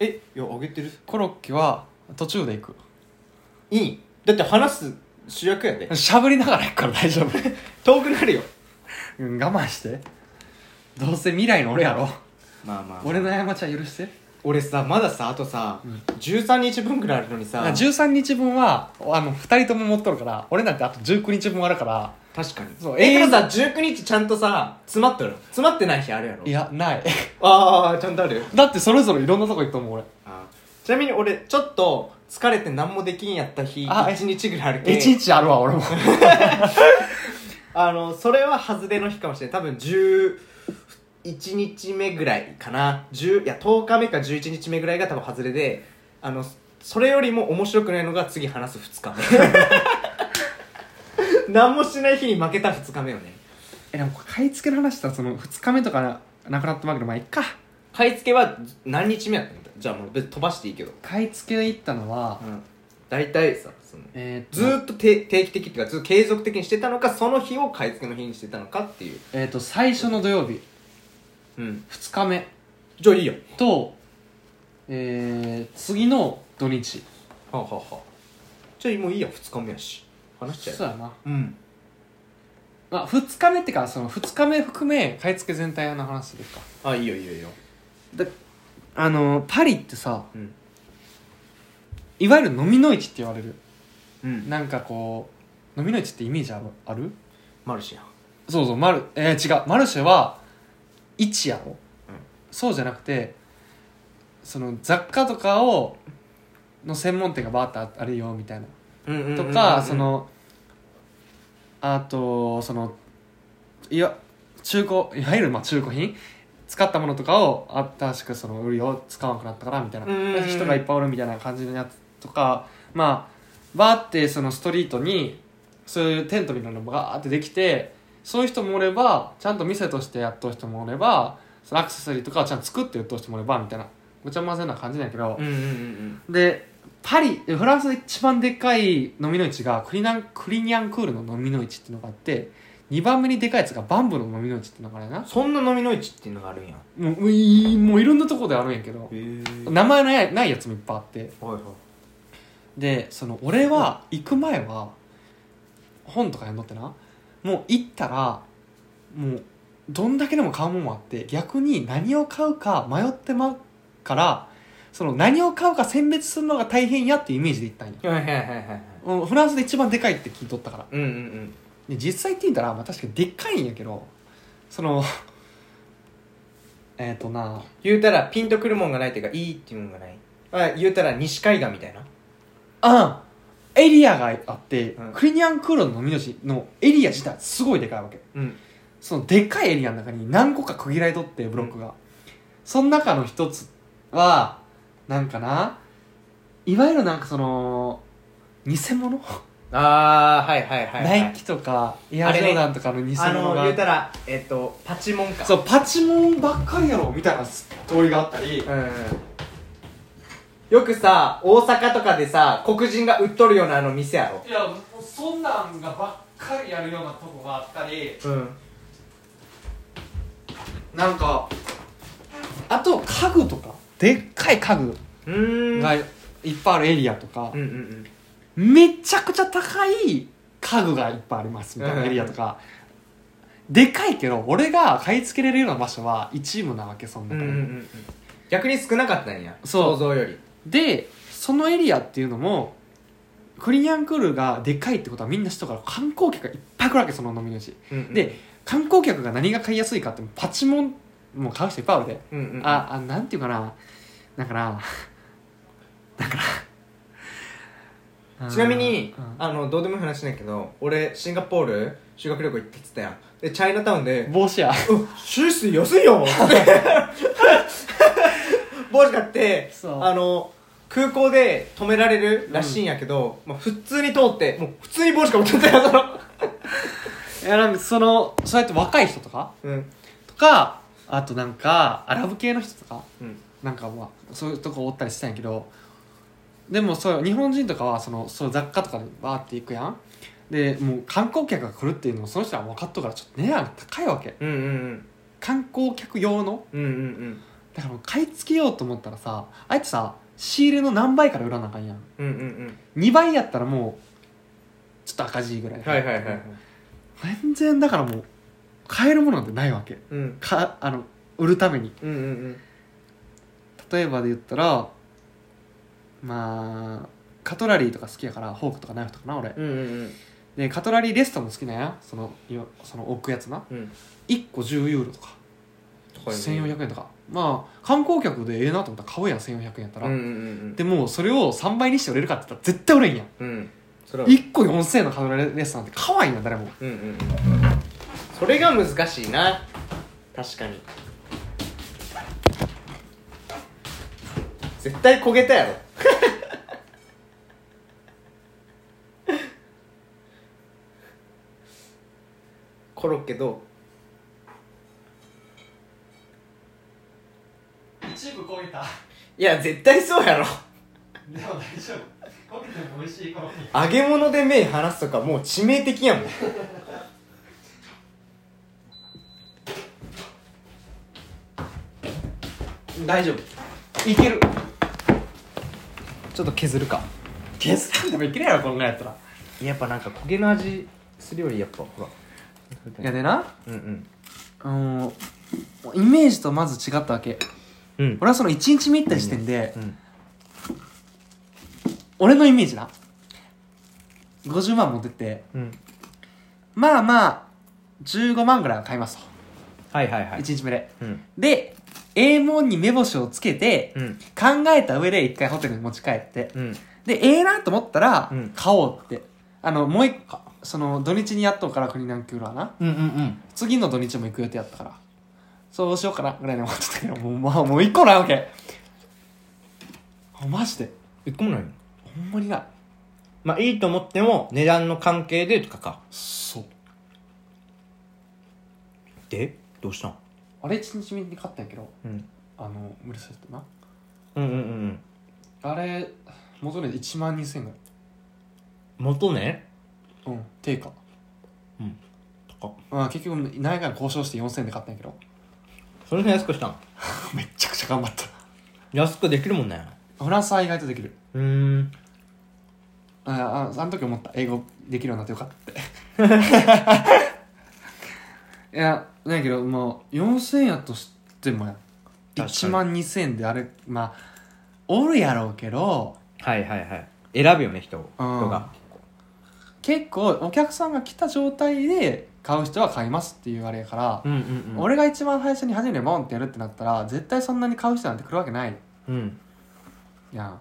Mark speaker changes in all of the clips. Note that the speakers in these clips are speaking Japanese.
Speaker 1: えいやあげてる
Speaker 2: コロッケは途中で行く
Speaker 1: いいだって話す主役やで
Speaker 2: しゃぶりながら行くから大丈夫
Speaker 1: 遠くなるよ
Speaker 2: うん 我慢してどうせ未来の俺やろ
Speaker 1: まあまあ
Speaker 2: 俺の過ちは許して
Speaker 1: 俺さまださあとさ、
Speaker 2: うん
Speaker 1: 13日分ぐらいあるのにさ
Speaker 2: あ13日分はあの2人とも持っとるから俺なんてあと19日分あるから
Speaker 1: 確かに
Speaker 2: そう
Speaker 1: え
Speaker 2: え
Speaker 1: え
Speaker 2: ー
Speaker 1: さ19日ちゃんとさ詰まっとる詰まってない日あるやろ
Speaker 2: いやない
Speaker 1: ああちゃんとある
Speaker 2: だってそれぞれいろんなとこ行ったもん俺
Speaker 1: あーちなみに俺ちょっと疲れて何もできんやった日
Speaker 2: あえ
Speaker 1: 1日ぐらいあるけ
Speaker 2: 1日あるわ俺も
Speaker 1: あのそれは外れの日かもしれない多分11日目ぐらいかな10いや10日目か11日目ぐらいが多分外れであのそれよりも面白くないのが次話す2日目 何もしない日に負けた2日目よね
Speaker 2: えでも買い付けの話したらその2日目とかななくなったわけでまあいっか
Speaker 1: 買い付けは何日目やったんだじゃあもう別に飛ばしていいけど
Speaker 2: 買い付けで行ったのは、
Speaker 1: うん大体さその
Speaker 2: えー、
Speaker 1: ずーっとて定期的っていうかずっと継続的にしてたのかその日を買い付けの日にしてたのかっていう
Speaker 2: えー、と最初の土曜日
Speaker 1: うん
Speaker 2: 2日目
Speaker 1: じゃあいいよ
Speaker 2: と、えー、次の土日
Speaker 1: はあ、はあはあ、じゃあもういいや2日目やし話しちゃえ
Speaker 2: そうやな、
Speaker 1: うん
Speaker 2: まあ、2日目ってかその2日目含め買い付け全体の話するか
Speaker 1: あいいよいいよいいよ
Speaker 2: あのーパリってさ
Speaker 1: うん
Speaker 2: いわゆる飲みの市って言われる
Speaker 1: うん
Speaker 2: なんかこう飲みの市ってイメージあるある
Speaker 1: マルシア
Speaker 2: そうそうマル、えー、違うマルシェは市やろ、そうじゃなくてその雑貨とかをの専門店がバーッとああるよみたいな
Speaker 1: うんうんうんうん
Speaker 2: とかそのあとそのいや中古いわゆるまあ中古品使ったものとかを新しくその売るよ使わなくなったからみたいな
Speaker 1: うんうんうん
Speaker 2: 人がいっぱいおるみたいな感じのやつとかまあバーってそのストリートにそういうテントみたいなのがバーってできてそういう人もおればちゃんと店としてやっとる人もおればそのアクセサリーとかをちゃんと作って売っとる人もおればみたいなごちゃ混ぜな感じなんやけど、
Speaker 1: うんうんうん
Speaker 2: でパリフランスで一番でっかい飲みの市がクリナンクリニャンクールの飲みの市っていうのがあって2番目にでかいやつがバンブの飲みの市っていうのがあるや
Speaker 1: うんそんな飲みの市っていうのがあるんやへ
Speaker 2: なもういもういろんなとこであるんやけど
Speaker 1: え
Speaker 2: 名前ないないやつもいっぱいあって
Speaker 1: はいはい
Speaker 2: でその俺は行く前は本とか読んどってなもう行ったらもうどんだけでも買うもんもあって逆に何を買うか迷ってまうからその何を買うか選別するのが大変やっていうイメージで行ったんや
Speaker 1: はいはいはいはいはい
Speaker 2: うんフランスで一番でかいって聞いとったから
Speaker 1: うんうんうん
Speaker 2: で実際って言ったら、まあ、確かにでっかいんやけどその えっとな
Speaker 1: 言うたらピンとくるもんがないっていうかいいっていうもんがないあ言うたら西海岸みたいな
Speaker 2: あエリアがあって、
Speaker 1: うん
Speaker 2: クリニアンクールの飲みの市のエリア自体すごいでかいわけ
Speaker 1: うん
Speaker 2: そのでっかいエリアの中に何個か区切られとってブロックが、その中の一つはなんかないわゆるなんかその偽物、
Speaker 1: ああはいはいはい、はい、
Speaker 2: ナイキとかエア
Speaker 1: あれ
Speaker 2: ジ
Speaker 1: ね
Speaker 2: ョーダンとかの偽物が
Speaker 1: あの言うたらえっとパチモンか
Speaker 2: そうパチモンばっかりやろみたいな問いがあったり
Speaker 1: うんよくさ大阪とかでさ黒人が売っとるようなあの店やろ
Speaker 2: いやそんなんがばっかりやるようなとこがあったり
Speaker 1: うん
Speaker 2: なんかあと家具とかでっかい家具
Speaker 1: うーん
Speaker 2: がいっぱいあるエリアとか
Speaker 1: うん、うんうん
Speaker 2: めちゃくちゃ高い家具がいっぱいありますみたいなエリアとか、でかいけど俺が買い付けれるような場所は一部なわけそん
Speaker 1: う
Speaker 2: なん
Speaker 1: う
Speaker 2: と
Speaker 1: ん
Speaker 2: こ
Speaker 1: うんうん逆に少なかったんや
Speaker 2: そう
Speaker 1: 想像より
Speaker 2: でそのエリアっていうのもクリニアンクールがでかいってことはみんな人から観光客がいっぱい来るわけその飲みの市
Speaker 1: うんうん
Speaker 2: で観光客が何が買いやすいかってパチモンも買う人いっぱいあるで、
Speaker 1: うんうんうん
Speaker 2: ああなんていうかなだからだから
Speaker 1: ちなみに
Speaker 2: うん
Speaker 1: あのどうでもいい話だけど俺シンガポール修学旅行行ってきたやんでチャイナタウンで
Speaker 2: 帽子や
Speaker 1: 「うんスイス安い よ」って 帽子買って
Speaker 2: そう
Speaker 1: あの空港で止められるらしいんやけど、まあ、普通に通ってもう普通に帽子かぶっちゃったよその
Speaker 2: いやなんかそのそうやって若い人とか
Speaker 1: うん
Speaker 2: とかあとなんかアラブ系の人とか
Speaker 1: うん
Speaker 2: なんかまあそういうとこおったりしたんやけどでもそう日本人とかはそのそう雑貨とかでバーって行くやんでもう観光客が来るっていうのをその人は分かっとるからちょっと値段が高いわけ
Speaker 1: うんうん
Speaker 2: 観光客用の
Speaker 1: うんうんうん
Speaker 2: だから買い付けようと思ったらさあえてさ仕入れの何倍から売らなあかんやん
Speaker 1: うんうん
Speaker 2: 2倍やったらもうちょっと赤字ぐらい、
Speaker 1: うんはいはいはい
Speaker 2: 全然だからもう買えるものなんてないわけ
Speaker 1: うん
Speaker 2: かあの売るために
Speaker 1: うんうんうん
Speaker 2: 例えばで言ったらまあカトラリーとか好きやからフォークとかナイフとかな俺
Speaker 1: うんうん
Speaker 2: でカトラリーレストも好きなんやそのいわその置くやつな
Speaker 1: うんうん
Speaker 2: 1個10ユーロとか
Speaker 1: 高いね
Speaker 2: 1400円とかまあ観光客でええなと思ったら買うやん1400円やったら、
Speaker 1: うんうんうん
Speaker 2: でもそれを3倍にして売れるかって言ったら絶対売れんやん
Speaker 1: うんうんそれは
Speaker 2: 1個4000円のカトラリーレストなんて可愛いな誰も
Speaker 1: うんうんそれが難しいな確かに絶対焦げたやろコロッケど
Speaker 2: 一部焦げた
Speaker 1: ういや絶対そうやろ
Speaker 2: でも大丈夫焦げても美味しいから
Speaker 1: 揚げ物で目離すとかもう致命的やもん
Speaker 2: 大丈夫いける
Speaker 1: ちょっと削るか
Speaker 2: 削ったんでもいけるやろこんなんやったら
Speaker 1: やっぱなんか焦げの味するよりやっぱほら
Speaker 2: いやでな
Speaker 1: うんうん
Speaker 2: あのイメージとまず違ったわけ
Speaker 1: うん
Speaker 2: 俺はその1日目行った時点で
Speaker 1: うん
Speaker 2: 俺のイメージな50万持ってって
Speaker 1: うん
Speaker 2: まあまあ15万ぐらいは買いますと、
Speaker 1: はいはいは
Speaker 2: 1日目で
Speaker 1: うん
Speaker 2: で A 門に目星をつけて
Speaker 1: うん
Speaker 2: 考えた上で1回ホテルに持ち帰って
Speaker 1: うん
Speaker 2: でええなと思ったら
Speaker 1: うん
Speaker 2: 買おうって、あのもう一個その土日にやっとうから国南九郎はな
Speaker 1: うんうんうん
Speaker 2: 次の土日も行く予定やったからそうしようかなぐらいに思ってたけどもう,、まあ、もう一個ないわけあマジで
Speaker 1: 一個もないの
Speaker 2: ほんまにない
Speaker 1: まあいいと思っても値段の関係でとかか
Speaker 2: そう
Speaker 1: でどうしたん、
Speaker 2: あれ1日目に買ったんやけど
Speaker 1: うん、
Speaker 2: あの無理されたな
Speaker 1: うんうんうん
Speaker 2: あれ元値で1万2000円ぐ
Speaker 1: 元ね
Speaker 2: らいうん定価
Speaker 1: とか
Speaker 2: まあ結局何回か交渉して4000円で買ったんやけど
Speaker 1: それで安くしたん
Speaker 2: めっちゃくちゃ頑張った
Speaker 1: 安くできるもんね
Speaker 2: フランスは意外とできる
Speaker 1: うーん
Speaker 2: あああの時思った英語できるようになってよかったって いやなんやけどもう4000円やとしてもや
Speaker 1: 確か
Speaker 2: 1
Speaker 1: に
Speaker 2: 万2000円であれまあおるやろうけど
Speaker 1: はいはいはい選ぶよね人を
Speaker 2: うん
Speaker 1: 人が
Speaker 2: 結構お客さんが来た状態で買う人は買いますっていうあれやから、
Speaker 1: うんうんうん
Speaker 2: 俺が一番最初に初めてボンってやるってなったら絶対そんなに買う人なんて来るわけない
Speaker 1: うん
Speaker 2: やんっ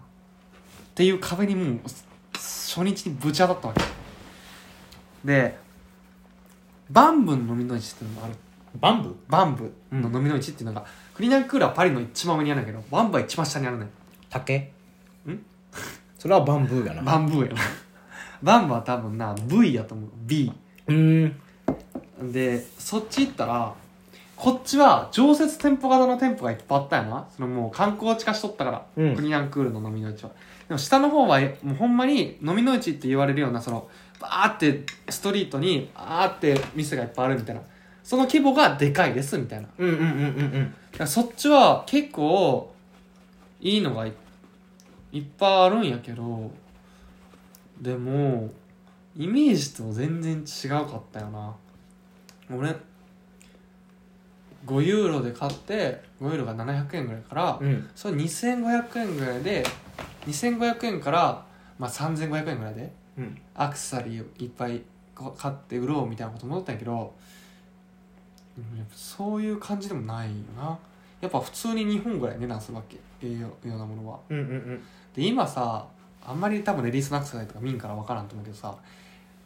Speaker 2: ていう壁にもう初日にぶち当たったわけでバンブの飲みの市っていうのがある
Speaker 1: バンブ
Speaker 2: バンブの飲みの市っていうのが、クリナンクーラーはパリの一番上にあるんだけどバンブは一番下にあるね
Speaker 1: 竹
Speaker 2: ん
Speaker 1: それはバンブーだ
Speaker 2: バンブーやなバンブは多分な V やと思う B
Speaker 1: うーん
Speaker 2: でそっち行ったらこっちは常設店舗型の店舗がいっぱいあったよなそのもう観光地化しとったから、
Speaker 1: うん
Speaker 2: クリナンクールの飲みの市はでも下の方はえもうほんまに飲みの市って言われるようなそのバーってストリートにあーって店がいっぱいあるみたいなその規模がでかいですみたいなだ
Speaker 1: うんうんうんうん
Speaker 2: からそっちは結構いいのがいいっぱいあるんやけどでもイメージと全然違うかったよな俺5ユーロで買って5ユーロが700円ぐらいから、
Speaker 1: うんうん
Speaker 2: それ2500円ぐらいで2500円から、まあ、3500円ぐらいで
Speaker 1: うん
Speaker 2: アクセサリーをいっぱいこ買って売ろうみたいなこと戻ったんやけどうんやっぱそういう感じでもないよなやっぱ普通に日本ぐらい値段するわけええようなものは
Speaker 1: うんうん
Speaker 2: で今さあんまり多分レディースのアクセサリーとか見んから分からんと思うけどさ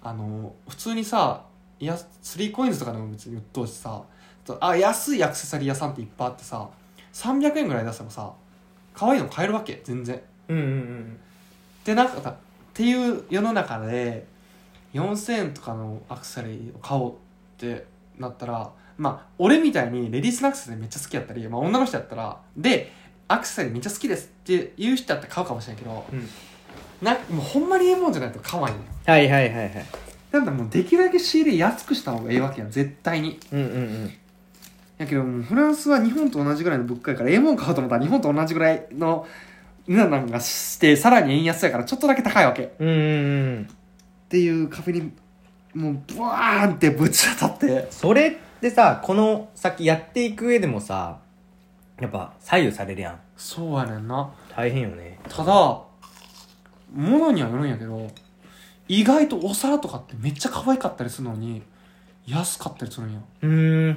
Speaker 2: あの普通にさいや 3COINS とかでも別に売っとうしさとあ安いアクセサリー屋さんっていっぱいあってさ300円ぐらい出してもさ可愛いの買えるわけ全然
Speaker 1: うんうんうん
Speaker 2: でなんかさっていう世の中で4000円とかのアクセサリーを買おうってなったらまあ俺みたいにレディースのアクセサリーめっちゃ好きやったり、まあ、女の人やったらでアクセサリーめっちゃ好きですっていう人やったら買うかもしれんけど、
Speaker 1: うん
Speaker 2: なんかもうほんまにええもんじゃないと買わんよ
Speaker 1: はいはいはいはい
Speaker 2: なんだもうできるだけ仕入れ安くした方がええわけやん絶対に
Speaker 1: うんうん
Speaker 2: やけどもうフランスは日本と同じぐらいの物価やからええもん買おうと思ったら日本と同じぐらいの値段がしてさらに円安やからちょっとだけ高いわけっ
Speaker 1: うんうん
Speaker 2: ていうカフェにもうブワーンってぶち当たって
Speaker 1: それってさこの先やっていく上でもさやっぱ左右されるやん
Speaker 2: そうやねんな
Speaker 1: 大変よね
Speaker 2: ただ物にはよるんやけど意外とお皿とかってめっちゃ可愛かったりするのに安かったりするんや
Speaker 1: うん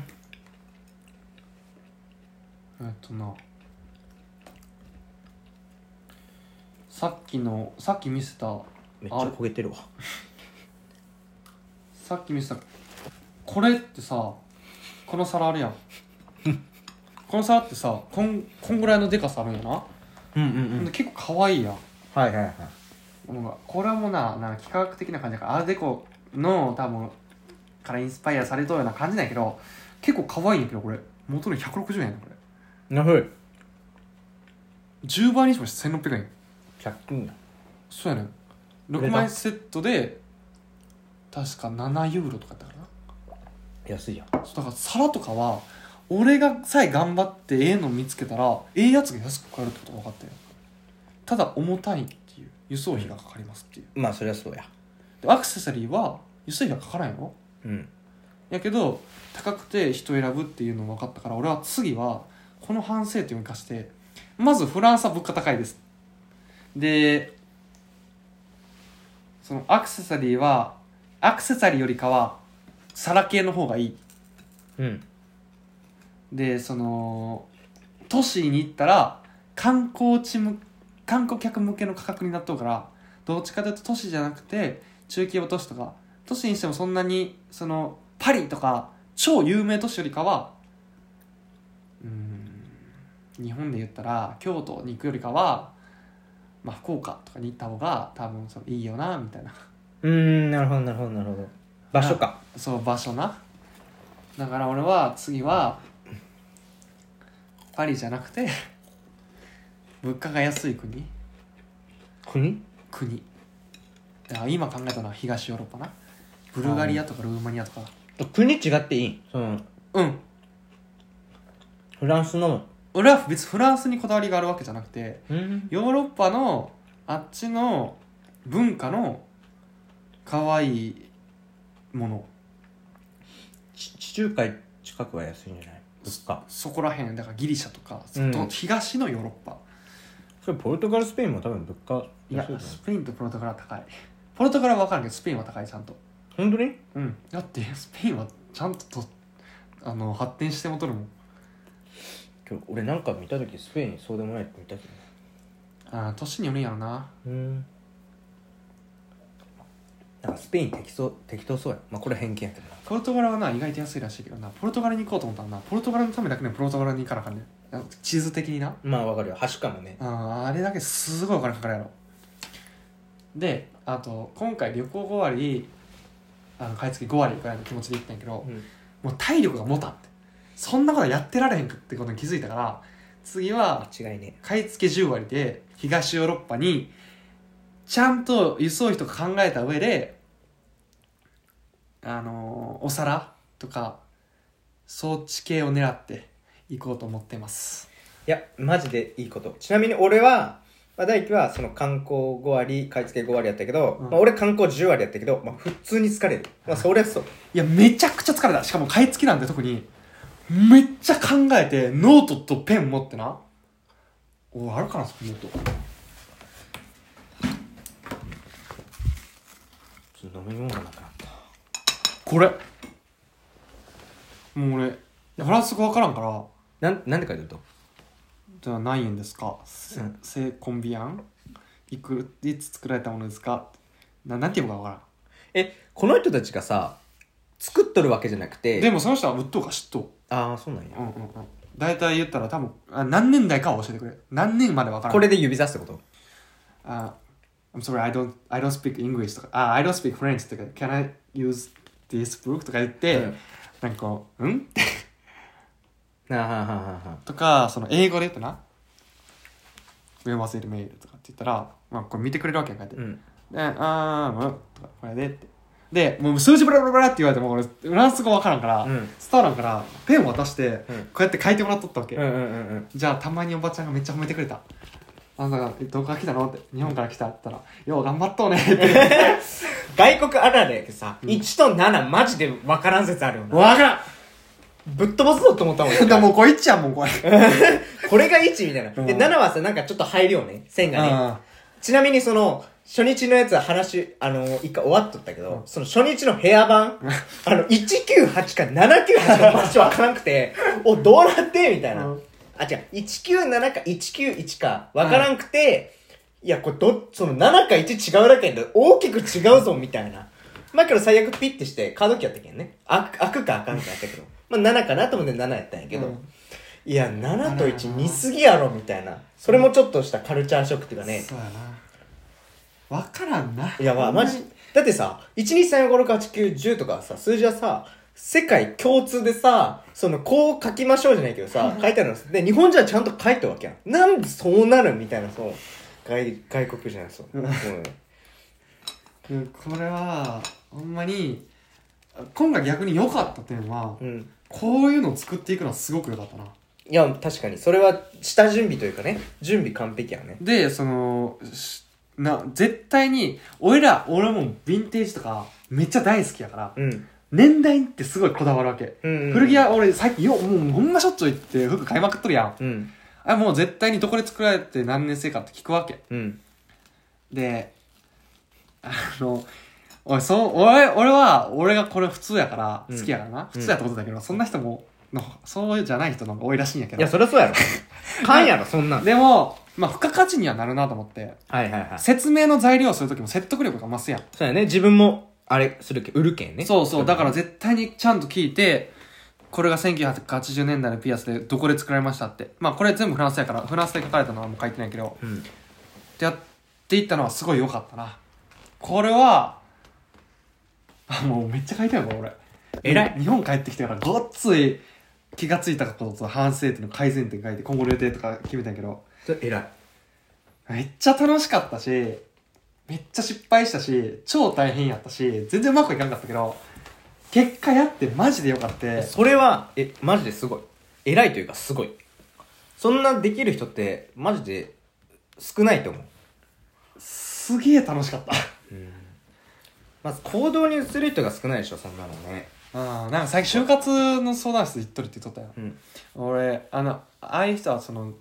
Speaker 2: えっとなさっきのさっき見せた
Speaker 1: めっちゃ焦げてるわ
Speaker 2: さっき見せたこれってさこの皿あ るやんこの皿ってさこんこんぐらいのでかさあるんやな、
Speaker 1: うんうん
Speaker 2: で結構可愛いやん
Speaker 1: はいはいはい
Speaker 2: なんかこれはもうななんか幾何学的な感じだからアーデコの多分からインスパイアされたような感じなんやけど結構可愛いんやけどこれ元の160円やねんこれ
Speaker 1: なるほど
Speaker 2: 10倍にしても1600円
Speaker 1: 100均だ
Speaker 2: そうやねん
Speaker 1: 売れ
Speaker 2: 6
Speaker 1: た
Speaker 2: 枚セットで確か7ユーロとかだったから
Speaker 1: 安いやん
Speaker 2: なそうだから皿とかは俺がさえ頑張ってええの見つけたらええやつが安く買えるってことが分かったよただ重たいっていう輸送費がかかりますっていう
Speaker 1: まあそりゃそうや
Speaker 2: でアクセサリーは輸送費がかからんよ
Speaker 1: うん
Speaker 2: やけど高くて人選ぶっていうのも分かったから俺は次はこの反省点を生かしてまずフランスは物価高いですでそのアクセサリーはアクセサリーよりかは皿系の方がいい
Speaker 1: うん
Speaker 2: でその都市に行ったら観光地む観光客向けの価格になっとうからどっちかというと都市じゃなくて中規模都市とか都市にしてもそんなにそのパリとか超有名都市よりかはうーん日本で言ったら京都に行くよりかは、まあ、福岡とかに行った方が多分そのいいよなみたいな
Speaker 1: うんなるほどなるほどなるほど場所か
Speaker 2: そう場所なだから俺は次はパリじゃなくて物価が安い国
Speaker 1: 国
Speaker 2: 国だから今考えたのは東ヨーロッパなブルガリアとかルーマニアとか
Speaker 1: 国違っていいその
Speaker 2: うん
Speaker 1: フランスの
Speaker 2: 俺は別にフランスにこだわりがあるわけじゃなくて
Speaker 1: うん
Speaker 2: ヨーロッパのあっちの文化の可愛いもの
Speaker 1: 地地中海近くは安いんじゃない物価
Speaker 2: そこら辺だからギリシャとか、
Speaker 1: うん
Speaker 2: と東のヨーロッパ
Speaker 1: それポルトガルスペインも多分物価
Speaker 2: いや
Speaker 1: 安いよね
Speaker 2: スペインとポルトガルは高いポルトガルは分かるけどスペインは高いちゃんと
Speaker 1: 本当に
Speaker 2: うんだってスペインはちゃんととあの発展してもとるもん
Speaker 1: 今日俺なんか見た時スペインにそうでもないって見たけど
Speaker 2: あー年によるんやろな
Speaker 1: うんなんかスペイン適当適当そうやまあこれ偏見やけどな
Speaker 2: ポルトガルはな意外と安いらしいけどなポルトガルに行こうと思ったらなポルトガルのためだけにポルトガルに行かなあかんねんあ地図的にな
Speaker 1: まあわかるよ橋かもね
Speaker 2: あーあれだけすごいお金かかるやろであと今回旅行5割あの買い付け5割ぐらいの気持ちで行ったんやけど、
Speaker 1: うん
Speaker 2: もう体力が持たんってそんなことやってられへんくってことに気づいたから次は
Speaker 1: 間違いね
Speaker 2: 買い付け10割で東ヨーロッパにちゃんと輸送費とか考えた上であのーお皿とか装置系を狙っていこうと思ってます
Speaker 1: いやマジでいいことちなみに俺は、まあ、大輝はその観光5割買い付け5割やったけど、
Speaker 2: うん
Speaker 1: まあ、俺観光10割やったけど、まあ、普通に疲れる、まあ、そりゃそう
Speaker 2: いやめちゃくちゃ疲れたしかも買い付けなんて特にめっちゃ考えてノートとペン持ってなおいあるかなそこノート
Speaker 1: ちょっと飲み物がなくなった
Speaker 2: これもう俺フランス語わからんから
Speaker 1: なんなんで書いてると
Speaker 2: じゃあ何円ですか、せ
Speaker 1: うん
Speaker 2: セコンビアンいくいつ作られたものですかななんて言うか分か
Speaker 1: えこの人たちがさ作っとるわけじゃなく
Speaker 2: ら
Speaker 1: て
Speaker 2: んでもその人は売っとうか知っと
Speaker 1: ああそうなんや
Speaker 2: う、うんうんうん、大体言ったら多分あ何年代かは教えてくれ何年まで分からん
Speaker 1: これで指さすってこと
Speaker 2: あ I'm sorry I don't, I don't speak English とかあ I don't speak French とか Can I use this book? とか言って、
Speaker 1: うん
Speaker 2: なんかこううん
Speaker 1: あーはあはあはあはあ
Speaker 2: とかその英語で言ってな「We must email」とかって言ったら、まあ、これ見てくれるわけやんかやって
Speaker 1: うん
Speaker 2: で、あーむとか、これでって。でもう数字ブラブラブラって言われても俺フランス語わからんから、
Speaker 1: うんうん
Speaker 2: 伝わらんからペンを渡して
Speaker 1: うん
Speaker 2: こうやって書いてもらっとったわけ、
Speaker 1: うんうんうん
Speaker 2: じゃあたまにおばちゃんがめっちゃ褒めてくれた「あんたがどこから来たの?」って「日本から来た」って言ったら「よう頑張っとうね」 って
Speaker 1: 外国あるあるやけどさ、
Speaker 2: うん
Speaker 1: 1と7マジで分からん説あるよな
Speaker 2: わからん
Speaker 1: ぶっ飛ばすぞと思った もん一
Speaker 2: だか
Speaker 1: 回
Speaker 2: らもうこれいっちゃんもうこれ
Speaker 1: これが1みたいな、
Speaker 2: うん
Speaker 1: で7はさなんかちょっと入るよね線がね、ちなみにその、初日のやつは話、あの、一回終わっとったけど、
Speaker 2: うん
Speaker 1: その初日の部屋 版、あの、198か798の場所わからなく て、お、どうなってみたいな。
Speaker 2: うん
Speaker 1: あ、違う、197か191かわからんくて、いや、これど、その7か1違うだけど、大きく違うぞ、みたいな。まあけど最悪ピッてして、カードキーやったけんね。あ開くか開かんかやったけど。まあ7かなと思って7やったんやけど、
Speaker 2: うん
Speaker 1: いや、7と1見すぎやろ、みたいな。それもちょっとしたカルチャーショックっていうかね。
Speaker 2: そうやなわからんない
Speaker 1: いやまあマジだってさ123456890とかさ数字はさ世界共通でさそのこう書きましょうじゃないけどさ書いてあるので日本人はちゃんと書いてるわけやんなんでそうなるみたいなそう外外国じゃないそう、うん、
Speaker 2: うんこれはほんまに今回逆に良かった点は
Speaker 1: うん、
Speaker 2: こういうのを作っていくのはすごく良かったない
Speaker 1: や確かにそれは下準備というかね準備完璧やね
Speaker 2: でそのしな絶対に俺ら俺もヴィンテージとかめっちゃ大好きやから
Speaker 1: うん、
Speaker 2: 年代ってすごいこだわるわけ、
Speaker 1: うん、
Speaker 2: 古着屋俺最近よもうほんましょっちゅう行って服買いまくっとるやん
Speaker 1: うん
Speaker 2: あもう絶対にどこで作られて何年生かって聞くわけ
Speaker 1: うん
Speaker 2: であの俺そう俺俺は俺がこれ普通やから
Speaker 1: うん
Speaker 2: 好きやからな、
Speaker 1: うん
Speaker 2: 普通やってことだけど、そんな人ものそうじゃない人の方が多いらしいんやけ
Speaker 1: いや
Speaker 2: ど
Speaker 1: そりゃそうや ろ勘やろそんなん
Speaker 2: でもまあ付加価値にはなるなと思って
Speaker 1: はいはいはい
Speaker 2: 説明の材料をするときも説得力が増すやん
Speaker 1: そうやね自分もあれするけ売るけんね
Speaker 2: そうそうだから絶対にちゃんと聞いてこれが1980年代のピアスでどこで作られましたってまあこれ全部フランスやからフランスで書かれたのはもう書いてないけど
Speaker 1: うん
Speaker 2: ってやっていったのはすごい良かったなこれはあもうめっちゃ書いてあるわ俺
Speaker 1: 偉い
Speaker 2: 日本帰ってきてからごっつい気がついたことと反省点の改善点書いて今後の予定とか決めたんやけど
Speaker 1: それ偉い
Speaker 2: めっちゃ楽しかったしめっちゃ失敗したし超大変やったし全然うまくいかなかったけど結果やってマジでよかった
Speaker 1: それはえマジですごい偉いというかすごいそんなできる人ってマジで少ないと思う、
Speaker 2: すげえ楽しか った
Speaker 1: まず行動に移る人が少ないでしょそんなのね
Speaker 2: うんなんか最近就活の相談室行っとるって言っとったよ
Speaker 1: うん
Speaker 2: 俺あのああいう人はその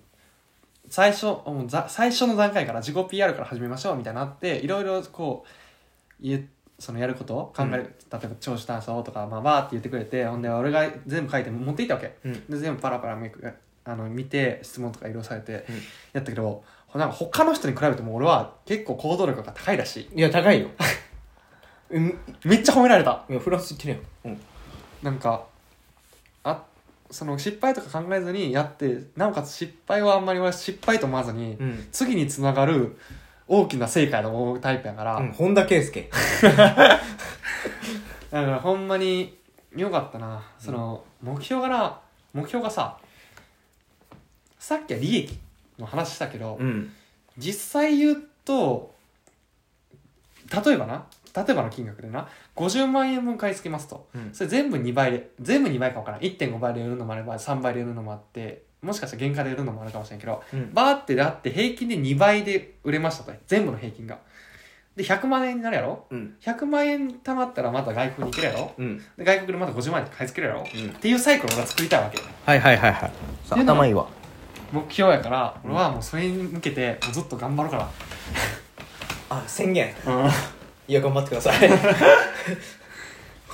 Speaker 2: 最初もうざ最初の段階から自己 PR から始めましょうみたいになっていろいろこう言えそのやることを考える、
Speaker 1: うん
Speaker 2: 例えば長所短所とかまあわーって言ってくれてほんで俺が全部書いて持っていったわけ
Speaker 1: うん
Speaker 2: で全部パラパラめくあの見て質問とかいろいろされてやったけど、なんか他の人に比べても俺は結構行動力が高いらしい
Speaker 1: いや高いようん
Speaker 2: めっちゃ褒められた
Speaker 1: いやフランス行ってねえよ、
Speaker 2: なんかあその失敗とか考えずにやってなおかつ失敗はあんまり俺は失敗と思わずに、
Speaker 1: うんうん
Speaker 2: 次につながる大きな成果の思うタイプやから、
Speaker 1: うん、本田圭佑
Speaker 2: だからほんまによかったなその目標から目標がささっきは利益の話したけど、
Speaker 1: うん
Speaker 2: 実際言うと例えばな例えばの金額でな50万円分買い付けますと
Speaker 1: うん
Speaker 2: それ全部2倍で全部2倍か分からん1.5倍で売るのもあれば3倍で売るのもあってもしかしたら原価で売るのもあるかもしれんけど
Speaker 1: うん
Speaker 2: バーってだって平均で2倍で売れましたと全部の平均がで100万円になるやろ
Speaker 1: うん
Speaker 2: 100万円貯まったらまた外国に行けるやろ
Speaker 1: うん
Speaker 2: で外国でまた50万円買い付けるやろっ
Speaker 1: うん
Speaker 2: ていうサイクルを俺は作りたいわけ
Speaker 1: はいはいはいはいさ
Speaker 2: で
Speaker 1: 頭いいわ
Speaker 2: 目標やから俺はもうそれに向けてもうずっと頑張るか
Speaker 1: あ宣言
Speaker 2: ら、
Speaker 1: いや頑張ってください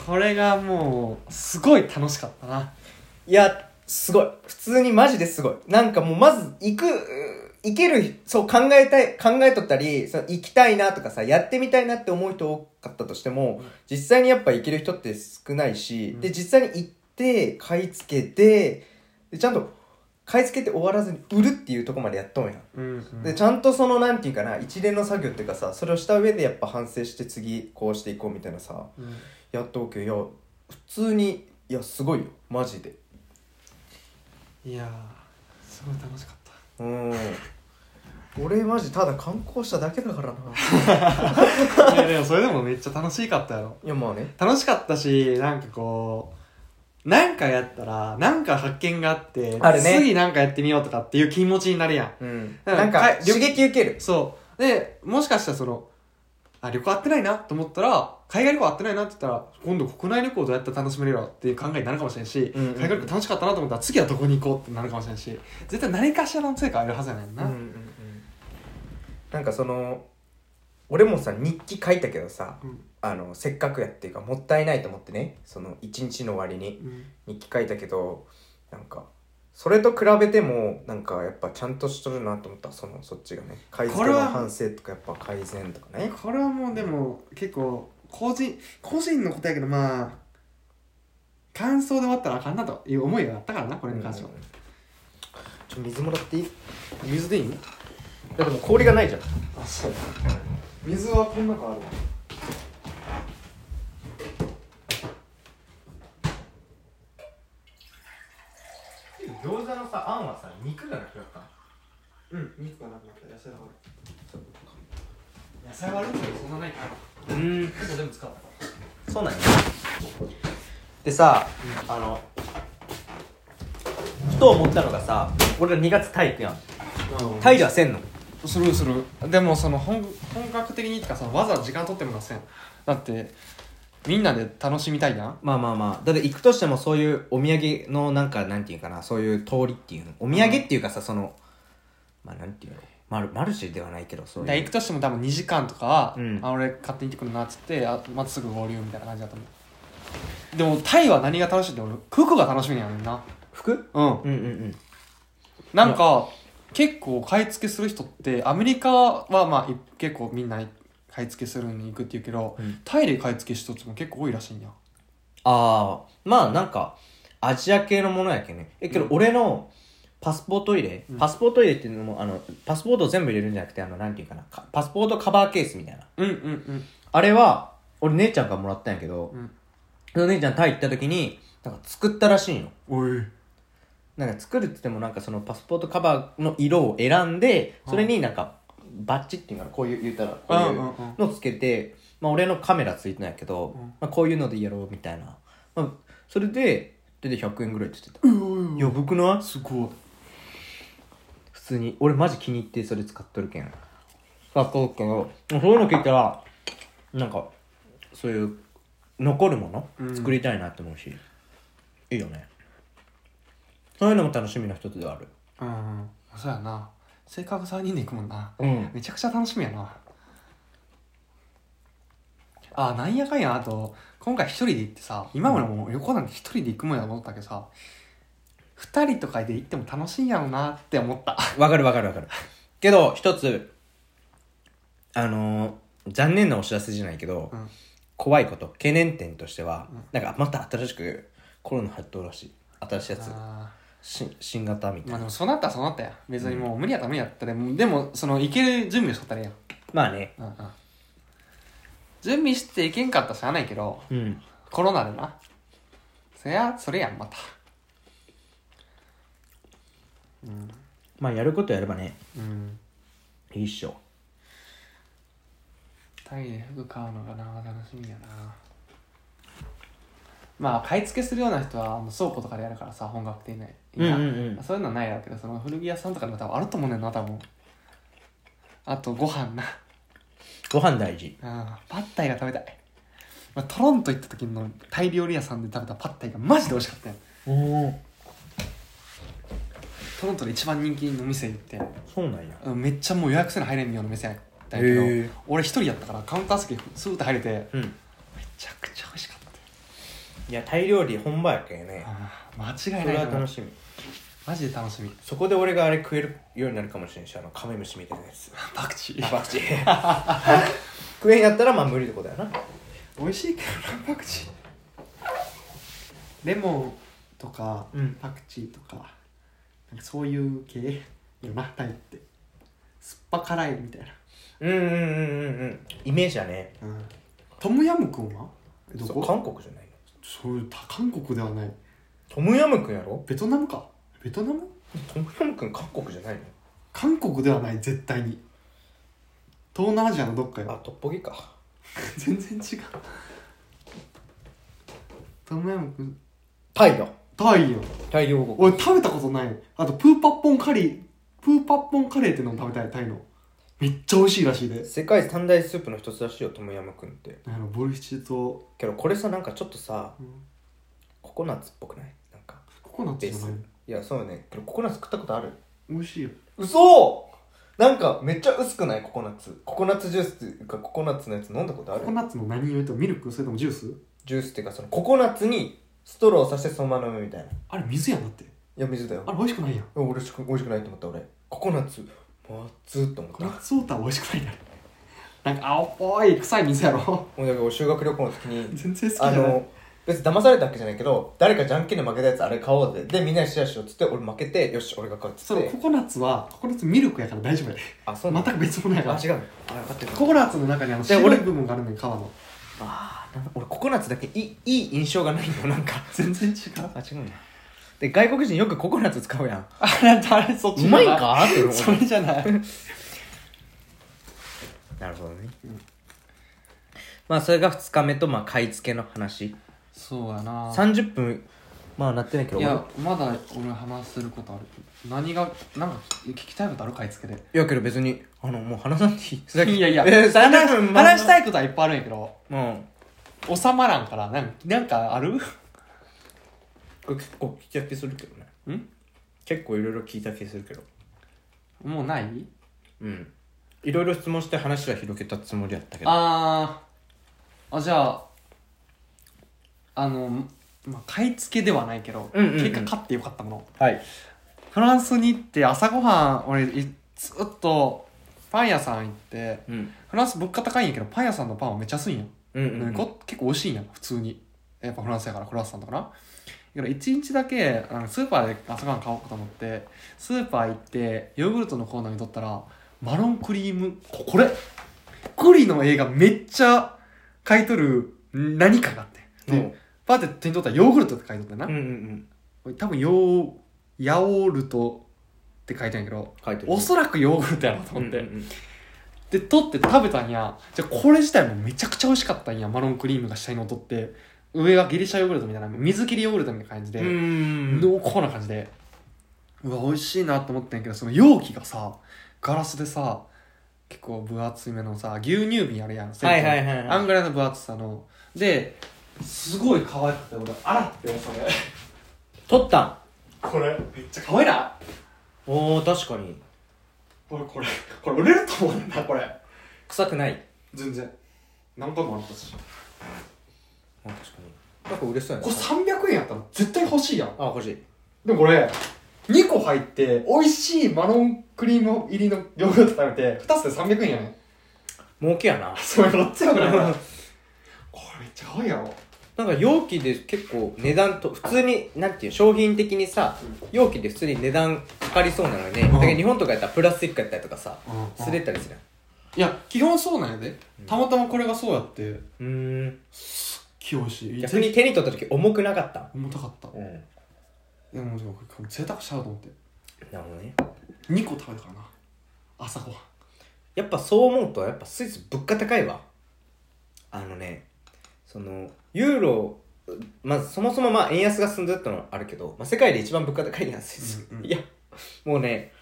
Speaker 2: これがもうすごい楽しかったない
Speaker 1: やすごい普通にマジですごいなんかもうまず行くう行けるそう考えたい考えとったりその行きたいなとかさやってみたいなって思う人多かったとしても実際にやっぱ行ける人って少ないし、
Speaker 2: うん
Speaker 1: で実際に行って買い付けてでちゃんと買い付けて終わらずに売るっていうところまでやっとんや、
Speaker 2: うん、
Speaker 1: でちゃんとそのなんていうかな一連の作業っていうかさそれをした上でやっぱ反省して次こうしていこうみたいなさ
Speaker 2: うん
Speaker 1: やっとおけどいや普通にいやすごいよマジで
Speaker 2: いやーすごい楽しかった
Speaker 1: うん俺マジただ観光しただけだからな
Speaker 2: いやでもそれでもめっちゃ楽しかったやろ
Speaker 1: いやまあね
Speaker 2: 楽しかったしなんかこうなんかやったらなんか発見があって
Speaker 1: あるね
Speaker 2: 次なんかやってみようとかっていう気持ちになるやん
Speaker 1: うん
Speaker 2: だから
Speaker 1: なんか
Speaker 2: かい
Speaker 1: 刺激受ける
Speaker 2: そうでもしかしたらそのあ旅行合ってないなと思ったら海外旅行合ってないなって言ったら今度国内旅行どうやったら楽しめるよっていう考えになるかもしれんし、
Speaker 1: うんうん
Speaker 2: 海外旅行楽しかったなと思ったら次はどこに行こうってなるかもしれんし絶対何かしらの成果があるはずやねんな、
Speaker 1: うんうんうんなんかその俺もさ日記書いたけどさ
Speaker 2: うん
Speaker 1: あのせっかくやっていうかもったいないと思ってねその一日の終わりに日記書いたけどなんかそれと比べてもなんかやっぱちゃんとしとるなと思ったそのそっちがね改
Speaker 2: これ
Speaker 1: 革の
Speaker 2: は
Speaker 1: 反省とかやっぱ改善とかね
Speaker 2: これはもうでも結構個人個人のことやけどまあ感想で終わったらあかんなという思いがあったからなこ
Speaker 1: こ
Speaker 2: れに関しては、
Speaker 1: ちょ水もらっていいい
Speaker 2: 水でいいの
Speaker 1: やでも氷がないじゃん
Speaker 2: あそう水はこん中あるわ
Speaker 1: 餃子のさあんはさ肉がなくなった
Speaker 2: うん肉がなくなった野菜が悪い野菜悪いけどそんなないから
Speaker 1: うん
Speaker 2: 結構全部使った
Speaker 1: そうなんやでさ、あのふと思ったのがさ俺ら2月タイ行くやんタイではせんの
Speaker 2: するするでもその本本格的にとかさわざわざ時間取ってもらせんだってみんなで楽しみたいやん
Speaker 1: まあまあまあだって行くとしてもそういうお土産のなんかなんていうかなそういう通りっていうのお土産っていうかさそのまあなんていうのマルマルシェではないけどそう
Speaker 2: だから
Speaker 1: い
Speaker 2: 行
Speaker 1: う
Speaker 2: くとしても多分2時間とかは、
Speaker 1: うん
Speaker 2: あ俺勝手に行ってくるなっつってあまたすぐ合流みたいな感じだと思うでもタイは何が楽しいって俺服が楽しみやねんな
Speaker 1: 服
Speaker 2: うん
Speaker 1: うんうんうん
Speaker 2: なんか、結構買い付けする人ってアメリカはまあい結構みんな買い付けするのに行くっていうけど、
Speaker 1: うん
Speaker 2: タイで買い付けしとつも結構多いらしいんや
Speaker 1: ああまあなんかアジア系のものやけねえけど俺のパスポート入れ、
Speaker 2: うん
Speaker 1: パスポート入れっていうのもあのパスポートを全部入れるんじゃなくてあのなんていうかなかパスポートカバーケースみたいな
Speaker 2: うんうん
Speaker 1: あれは俺姉ちゃんからもらったんやけど
Speaker 2: うん、
Speaker 1: その姉ちゃんタイ行った時になんか作ったらしいんよ
Speaker 2: うんおい
Speaker 1: なんか作るって言ってもなんかそのパスポートカバーの色を選んで
Speaker 2: うん
Speaker 1: それになんかバッチっていうのかなこういう言ったらこ
Speaker 2: うん
Speaker 1: う
Speaker 2: う
Speaker 1: いうんのをつけて、まあ、俺のカメラついてないけど、
Speaker 2: うん
Speaker 1: まあ、こういうのでやろうみたいな、まあ、それででで100円ぐらいって言ってた、
Speaker 2: うんうん
Speaker 1: やばくない
Speaker 2: すごい
Speaker 1: 普通に俺マジ気に入ってそれ使っとるけん使っとるけどそういうの聞いたらなんかそういう残るも
Speaker 2: う
Speaker 1: の
Speaker 2: ん
Speaker 1: 作りたいなって思うし、いいよねそういうのも楽しみの一つではある
Speaker 2: うんうんそうやな性格3人で行くもんな
Speaker 1: うん
Speaker 2: めちゃくちゃ楽しみやなあなんやかんやあと今回一人で行ってさ今までもう旅行なんて一人で行くもんやと思ったけどさ二人とかで行っても楽しいんやろなって思った
Speaker 1: わかるわかるわかる。けど、一つ、あのー残念なお知らせじゃないけど、
Speaker 2: うん
Speaker 1: 怖いこと、懸念点としては、
Speaker 2: うん
Speaker 1: なんかまた新しくコロナ入っとるらしい。新しいやつ。
Speaker 2: あ
Speaker 1: し新型み
Speaker 2: ー
Speaker 1: たい
Speaker 2: まあ
Speaker 1: な。
Speaker 2: でもそうなったらそうなったやん別にもう無理やったら無理やったでもうでもその行ける準備をしとったらえ
Speaker 1: まあね。
Speaker 2: えやん、うんうん、準備して行けんかったらしゃあないけど
Speaker 1: うん。
Speaker 2: コロナでなそりゃそれやんまた
Speaker 1: まあやることやればね、
Speaker 2: うん
Speaker 1: いいっしょ。
Speaker 2: タイで服買うのがな楽しみやなまあ買い付けするような人はもう倉庫とかでやるからさ本格的な、
Speaker 1: うん
Speaker 2: そういうのはないやろうけどその古着屋さんとかでも多分あると思うねんな多分あとご飯な
Speaker 1: ご飯大事。
Speaker 2: あパッタイが食べたい、まあ、トロント行った時のタイ料理屋さんで食べたパッタイがマジで美味しかったよ
Speaker 1: おお。
Speaker 2: トロントで一番人気の店行って
Speaker 1: そうなんや。
Speaker 2: うんめっちゃもう予約せな入れんような店やったんやけど、
Speaker 1: へー
Speaker 2: 俺一人やったからカウンター席スーッと入れてめ
Speaker 1: うん。
Speaker 2: ちゃくちゃ美味しかったよ
Speaker 1: いや、タイ料理本場やけんね。
Speaker 2: あー間違
Speaker 1: そ
Speaker 2: いな
Speaker 1: れ
Speaker 2: い
Speaker 1: は
Speaker 2: と思う
Speaker 1: 楽しみ。
Speaker 2: マジで楽しみ
Speaker 1: そこで俺があれ食えるようになるかもしれんし、あの、カメムシみたいなやつ。
Speaker 2: パクチ
Speaker 1: あ
Speaker 2: ー
Speaker 1: パクチー 食えんやったらまあ無理ってことやな
Speaker 2: 美味しいけどなパク チーレモンとか、
Speaker 1: うん
Speaker 2: パクチーとかなんかそういう系よなタイって酸っぱ辛いみたいな
Speaker 1: うんうんうんうんうんイメージはね
Speaker 2: トムヤムクンはど
Speaker 1: そ
Speaker 2: こ
Speaker 1: う韓国じゃないの
Speaker 2: そういう韓国ではない
Speaker 1: トムヤムクンやろ
Speaker 2: ベトナムかベトナム
Speaker 1: トムヤムクン韓国じゃないの
Speaker 2: 韓国ではない絶対に東南アジアのどっかよ
Speaker 1: トッポギか
Speaker 2: 全然違うトムヤムクン
Speaker 1: タイだ
Speaker 2: タイよ
Speaker 1: タイ料理
Speaker 2: 俺食べたことないあとプーパッポンカリープーパッポンカレーってのも食べたいタイのめっちゃ美味しいらしいで
Speaker 1: 世界三大スープの一つらしいよトムヤムクンって
Speaker 2: あのボルシチと、
Speaker 1: けどこれさなんかちょっとさ
Speaker 2: うん
Speaker 1: ココナッツっぽくないなんか
Speaker 2: ココナッツじゃない
Speaker 1: いやそうねけどココナッツ食ったことある
Speaker 2: 美味しいよ
Speaker 1: 嘘なんかめっちゃ薄くないココナッツココナッツジュースっていうかココナッツのやつ飲んだことあ
Speaker 2: コ
Speaker 1: る
Speaker 2: コナッツの何言うとミルクそれともジュース
Speaker 1: ジュースっていうかそのココナッツにストローさせてそのまま飲むみたいない
Speaker 2: あれ水やんだって
Speaker 1: や水だよ
Speaker 2: あれ美味しくないやん
Speaker 1: 俺美味しく美味しくないと思った俺ココナッツまずっと思っ
Speaker 2: ココナッ
Speaker 1: た
Speaker 2: ツウォーター美味しくないんだなんか青っぽい臭い水やろ
Speaker 1: もうだから俺修学旅行の時に
Speaker 2: 全然好きじ
Speaker 1: あ
Speaker 2: ゃない
Speaker 1: の別に騙されたわけじゃないけど誰かじゃんけんで負けたやつあれ買おうぜでみんなでシェアしようっつって俺負けてよし俺が買うっつ
Speaker 2: そ
Speaker 1: っ
Speaker 2: の
Speaker 1: て
Speaker 2: ココナッツはココナッツミルクやから大丈夫やで
Speaker 1: あそうなん
Speaker 2: 全
Speaker 1: だ
Speaker 2: く別物やから
Speaker 1: あ違うあ分かってる
Speaker 2: ココナッツの中にあの
Speaker 1: で
Speaker 2: 白い
Speaker 1: 俺
Speaker 2: 部分があるのよ皮の
Speaker 1: あーなん俺ココナッツだけいいいい印象がないよなんか
Speaker 2: 全然違う
Speaker 1: あ違うなで外国人よくココナッツ使うやん
Speaker 2: あれあれそっち
Speaker 1: うまいかって思う
Speaker 2: それじゃない
Speaker 1: なるほどね、
Speaker 2: うん
Speaker 1: まあそれが2日目とまあ買い付けの話
Speaker 2: そうやな
Speaker 1: 30分まあなってないけど
Speaker 2: いやまだ俺話することある何がなんか聞きたいことある買い付けで
Speaker 1: いやけど別にあのもう話さんでいいさっき
Speaker 2: いやいや、
Speaker 1: えー、
Speaker 2: 話
Speaker 1: 30分
Speaker 2: 話した
Speaker 1: い
Speaker 2: いことはいっぱいあるんやけど
Speaker 1: うん
Speaker 2: 収まらんからなんなんかある
Speaker 1: これ結構聞きた気するけどね
Speaker 2: ん
Speaker 1: 結構いろいろ聞いた気するけど
Speaker 2: もうない
Speaker 1: うんいろいろ質問して話は広げたつもりやったけど
Speaker 2: あーあじゃああの、まあ、買い付けではないけど、
Speaker 1: うんうんうん
Speaker 2: 結果買ってよかったもの
Speaker 1: はい
Speaker 2: フランスに行って朝ごはん俺いずっとパン屋さん行って
Speaker 1: うん
Speaker 2: フランス物価高いんやけどパン屋さんのパンはめっちゃ安いんや、
Speaker 1: うんうんうん
Speaker 2: こ結構美味しいんや普通にやっぱフランスやからクロワッサンだからだから1日だけあのスーパーで朝ごはん買おうかと思ってスーパー行ってヨーグルトのコーナーにとったらマロンクリームここれグリの映画めっちゃ買い取る何かがあってでパーって手に取ったらヨーグルトって買い取った
Speaker 1: う
Speaker 2: なん
Speaker 1: う、んうん
Speaker 2: これ多分ヨーヤオルトって書いてあるんやけど
Speaker 1: 書いてる
Speaker 2: おそらくヨーグルトやろうと思って、
Speaker 1: うんうんうん
Speaker 2: で取って食べたんやじゃあこれ自体もめちゃくちゃ美味しかったんやマロンクリームが下に残って上がギリシャヨーグルトみたいな水切りヨーグルトみたいな感じで、
Speaker 1: うん
Speaker 2: 濃厚な感じでうわ美味しいなと思ってんやけどその容器がさガラスでさ結構分厚めのさ牛乳瓶あるやん
Speaker 1: はいはいはいはい
Speaker 2: あんぐらいの分厚さのですごい可愛くて俺洗ってそれ
Speaker 1: 取ったん
Speaker 2: これめっちゃ可愛いな
Speaker 1: おー確かに
Speaker 2: 俺これこれ売れると思うんだこれ
Speaker 1: 臭くない
Speaker 2: 全然何回も洗ったし
Speaker 1: あ確かになんか嬉しそうや
Speaker 2: これ300円やったら絶対欲しいやん
Speaker 1: あ欲しい
Speaker 2: でもこれ2個入って美味しいマロンクリーム入りのヨーグルト食べて2つで300円やねん
Speaker 1: 儲けやな
Speaker 2: そ れこっちやからなこれめっちゃ可愛いやろ
Speaker 1: なんか容器で結構値段と普通になんていう商品的にさ容器で普通に値段かかりそうなのにね
Speaker 2: ん
Speaker 1: だけど日本とかやったらプラスチックやったりとかさす
Speaker 2: す
Speaker 1: れ
Speaker 2: れ
Speaker 1: たりする
Speaker 2: いや基本そうなんやでたまたまこれがそうやって
Speaker 1: うーん
Speaker 2: 気美味しい
Speaker 1: 逆に手に取った時重くなかった
Speaker 2: 重たかった
Speaker 1: うん
Speaker 2: でもでもこれ贅沢しちゃうと思って
Speaker 1: なるほどね
Speaker 2: 2個食べたからな朝ごはん
Speaker 1: やっぱそう思うとやっぱスイス物価高いわあのねそのユーロまずそもそもまあ円安が進んでるってのはあるけど、まあ、世界で一番物価高いやんスイス、
Speaker 2: うんうん
Speaker 1: いやもうね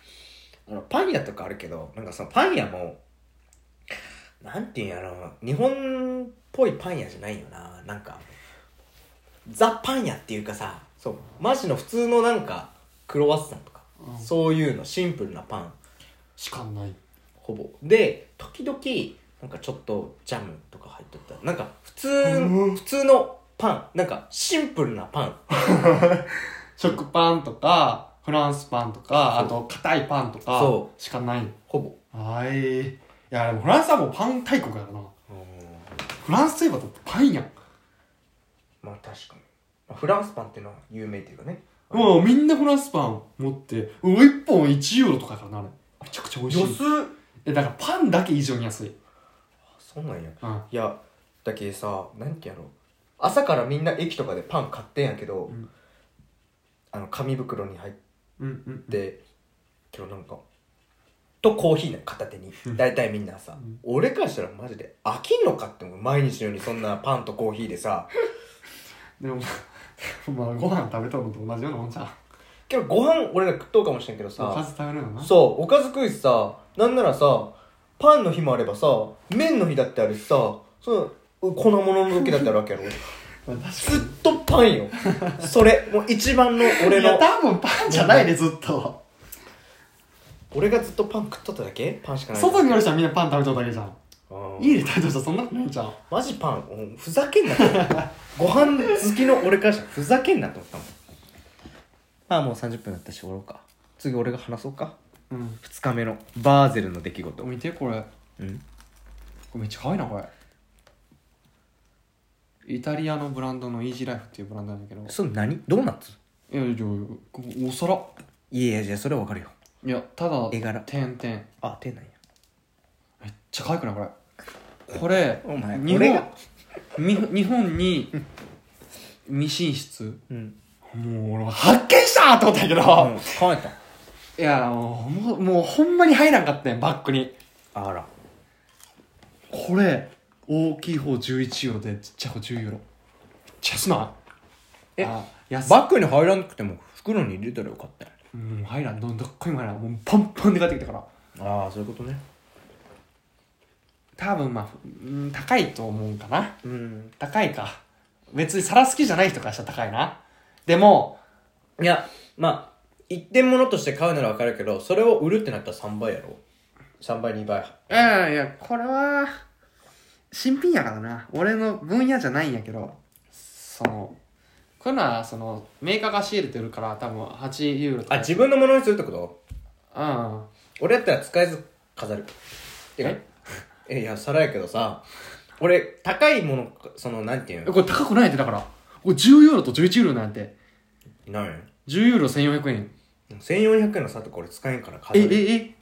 Speaker 1: あのパン屋とかあるけどなんかそのパン屋もなんていうんやろ日本っぽいパン屋じゃないよななんかザ・パン屋っていうかさそうマジの普通のなんかクロワッサンとか、
Speaker 2: うん
Speaker 1: そういうのシンプルなパン
Speaker 2: しかない
Speaker 1: ほぼで時々なんかちょっとジャムとか入っとったなんか普通、
Speaker 2: うん
Speaker 1: 普通のパンなんかシンプルなパン
Speaker 2: 食パンとかフランスパンとかあ
Speaker 1: そ
Speaker 2: と硬いパンとか
Speaker 1: そ
Speaker 2: しかない
Speaker 1: ほぼ
Speaker 2: はいいやでもフランスはもうパン大国やからなフランスといえばだってパンやん
Speaker 1: まあ確かに、まあ、フランスパンっていうのは有名っていうかね
Speaker 2: もうみんなフランスパン持ってうん1本1ユーロとかやからなあれめちゃくちゃ美味しい
Speaker 1: 安っ
Speaker 2: えだからパンだけ異常に安い
Speaker 1: そうなんや
Speaker 2: うん
Speaker 1: いやだけさなんてやろう朝からみんな駅とかでパン買ってんやけど、
Speaker 2: うん
Speaker 1: あの紙袋に入っ
Speaker 2: うんうん
Speaker 1: てけどなんかとコーヒーの片手に大体みんなさ、
Speaker 2: うん
Speaker 1: 俺からしたらマジで飽きんのかって思う毎日のようにそんなパンとコーヒーでさ
Speaker 2: でも まあご飯食べとるのと同じようなもんじゃん
Speaker 1: けどご飯俺ら食っとうかもしれんけど
Speaker 2: お
Speaker 1: さ
Speaker 2: かず食べるのな
Speaker 1: そうおかず食いしさなんならさパンの日もあればさ麺の日だってあるしさその粉物の時だってあるわけやろ
Speaker 2: まあ 確か
Speaker 1: ずっとパンよそれもう一番の俺
Speaker 2: にいや
Speaker 1: の
Speaker 2: 多分パンじゃないでずっと
Speaker 1: 俺がずっとパン食っとっただけパンしかない
Speaker 2: 外におる人はみんなパン食べとるだけじゃん
Speaker 1: うん
Speaker 2: 家で食べとる人はそんなことないじゃん
Speaker 1: マジパンうんふざけんなと ご飯好きの俺からしたらふざけんなと思ったもんまあもう30分だったし終わろうか次俺が話そうか
Speaker 2: うん
Speaker 1: 2日目のバーゼルの出来事
Speaker 2: 見てこれ
Speaker 1: うん
Speaker 2: これめっちゃ可愛いなこれイタリアのブランドのイージーライフっていうブランドなんだけどい
Speaker 1: それ何ドーナツ
Speaker 2: やいやいやこお皿
Speaker 1: いやいやいやそれはわかるよ
Speaker 2: いやただ
Speaker 1: 絵柄
Speaker 2: 点々め
Speaker 1: あ手なんや
Speaker 2: っちゃ可愛くないこれこれ
Speaker 1: お前
Speaker 2: 日
Speaker 1: 俺が
Speaker 2: 本み日本に未進出
Speaker 1: うん
Speaker 2: もう俺は発見したと思ったんやけど、
Speaker 1: うん考え
Speaker 2: いやもうもうもうほんまに入らんかったんやバッグに
Speaker 1: たあら
Speaker 2: これ大きい方11ユーロでちっちゃい方10ユーロめっちゃ安ない
Speaker 1: え
Speaker 2: あ安い
Speaker 1: バッグに入らなくても袋に入れたらよかったよ
Speaker 2: もう入らんどどっこにも入らんもうパンパンで買ってきたから
Speaker 1: ああそういうことね
Speaker 2: 多分まあうん高いと思うかな
Speaker 1: うん
Speaker 2: 高いか別に皿好きじゃない人からしたら高いなでも
Speaker 1: いやまあ一点物として買うならわかるけどそれを売るってなったら3倍やろ3倍2倍
Speaker 2: いやいやこれは新品やからな俺の分野じゃないんやけどそのこういうのはそのメーカーが仕入れてるから多分8ユーロとか
Speaker 1: あ、自分のものにするってこと
Speaker 2: うん
Speaker 1: 俺やったら使えず飾る。てか、え、いや、皿やけどさ、俺、高いもの、その、なんていう
Speaker 2: え
Speaker 1: の
Speaker 2: これ高くないってだからこれ10ユーロと11ユーロなんて
Speaker 1: 何
Speaker 2: 10ユーロ1400円
Speaker 1: ?1400 円の皿とか俺使えんから
Speaker 2: え
Speaker 1: 飾る。
Speaker 2: ええ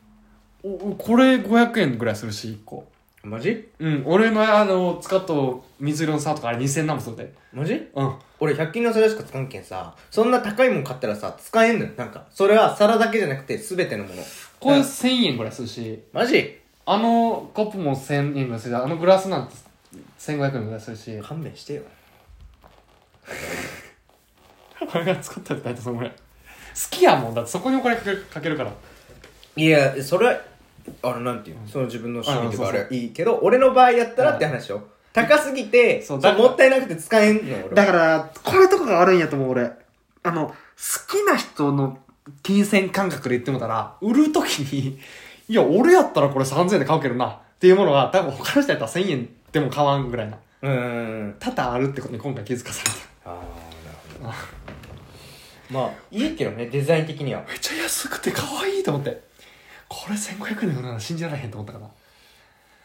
Speaker 2: おおこれ500円ぐらいするし1個
Speaker 1: マジ
Speaker 2: うん俺のあの使っと水色の差とかあれ2000円なんもするで
Speaker 1: マジ
Speaker 2: うん
Speaker 1: 俺、100均の皿しか使うんけんさ、そんな高いもん買ったらさ、使えんのよ。なんか、それは皿だけじゃなくて、すべてのもの。
Speaker 2: これ
Speaker 1: だか
Speaker 2: 1000円ぐらいするし
Speaker 1: らマジ
Speaker 2: あのコップも1000円ぐらいするしあのグラスなんて1500円ぐらいするし
Speaker 1: 勘弁してよ。
Speaker 2: 俺が使ったやつ大体そのぐらい好きやもんだってそこにお金かけるかけるから
Speaker 1: いや、それは、あれ、なんていうのその自分の趣味とか
Speaker 2: あ
Speaker 1: あ
Speaker 2: そうそう
Speaker 1: れはいいけど、俺の場合やったらって話よ。高すぎて、
Speaker 2: そ
Speaker 1: そうう
Speaker 2: だから
Speaker 1: もったいなくて使えんのよ、俺は
Speaker 2: だから、これとかが悪いんやと思う、俺。あの、好きな人の金銭感覚で言ってもたら、売るときに、 いや、俺やったらこれ3000円で買うけどな、っていうものが、多分他の人やったら1000円でも買わんぐらいな。
Speaker 1: うーん
Speaker 2: 多々あるってことに今回気づかされ
Speaker 1: ああなるほどまあいいけどねデザイン的には
Speaker 2: た。めっちゃ安くて可愛いと思って。これ1500円で売るなら信じられへんと思ったから。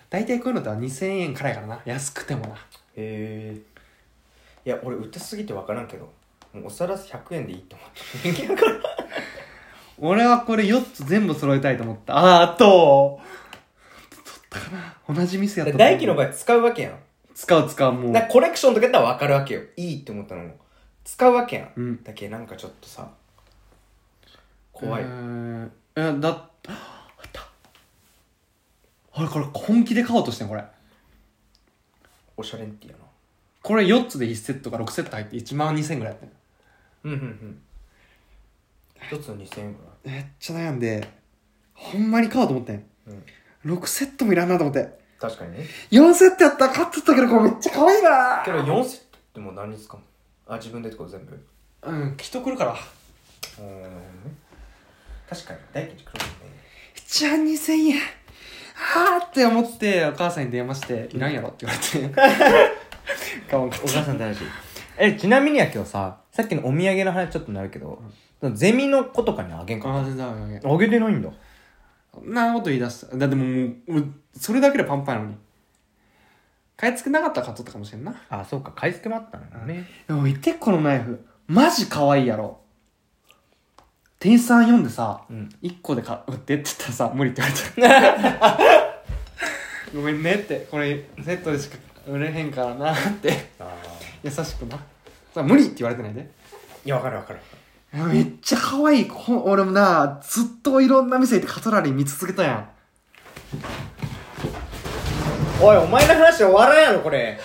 Speaker 2: 大体こういうのっては2000円からやからな。安くてもな。
Speaker 1: へえいや俺歌すぎて分からんけどもうお皿100円でいいと思ってる人間だから
Speaker 2: 俺はこれ4つ全部揃えたいと思った。あー、あと、取ったかな同じミスやったと思う
Speaker 1: 大輝の場合使うわけやん
Speaker 2: 使う使うもう
Speaker 1: だからコレクションとかやったら分かるわけよいいって思ったのも使うわけやん、
Speaker 2: うん
Speaker 1: だけなんかちょっとさ怖い、
Speaker 2: えーえーだああったあれこれ本気で買おうとしてんこれ
Speaker 1: おしゃれんってやな
Speaker 2: これ4つで1セットか6セット入って1万2000円ぐらいやってん
Speaker 1: うんうんうん一つの2000円ぐ
Speaker 2: めっちゃ悩んでほんまに買おうと思ってん
Speaker 1: らい、うん、
Speaker 2: 6セットもいらんなと思って
Speaker 1: 確かにね
Speaker 2: 4セットやったら買っとったけどこれめっちゃ可愛いな
Speaker 1: けど4セットってもう何使うのあ自分でってこと全部
Speaker 2: うん人来るから
Speaker 1: うーん確かに大吉黒いね
Speaker 2: 1万2000円はあって思ってお母さんに電話して「いらんやろ」って言われて買わんかっ
Speaker 1: お
Speaker 2: た
Speaker 1: 母さん大事えちなみにやけどささっきのお土産の話ちょっとなるけど、ゼミの子とかにあげん
Speaker 2: あ全然あげん
Speaker 1: あげてないんだ
Speaker 2: そんなこと言い出した。だってもう、もうそれだけでパンパンやのに。買い付けなかったら買っとったかもしれんな。
Speaker 1: あそうか買い付けもあったんだね
Speaker 2: でも見て、このナイフ。マジ可愛いやろ。店員さん読んでさ、
Speaker 1: うん
Speaker 2: 1個で買ってって言ったらさ、無理って言われた。 ごめんねって、これセットでしか売れへんからなって。
Speaker 1: ああ
Speaker 2: 優しくな。さ無理って言われてないで。
Speaker 1: いやわかるわかる
Speaker 2: いやめっちゃ可愛いこ俺もなずっといろんな店行ってカトラリー見続けたやん
Speaker 1: おいお前の話終わらんやろこれ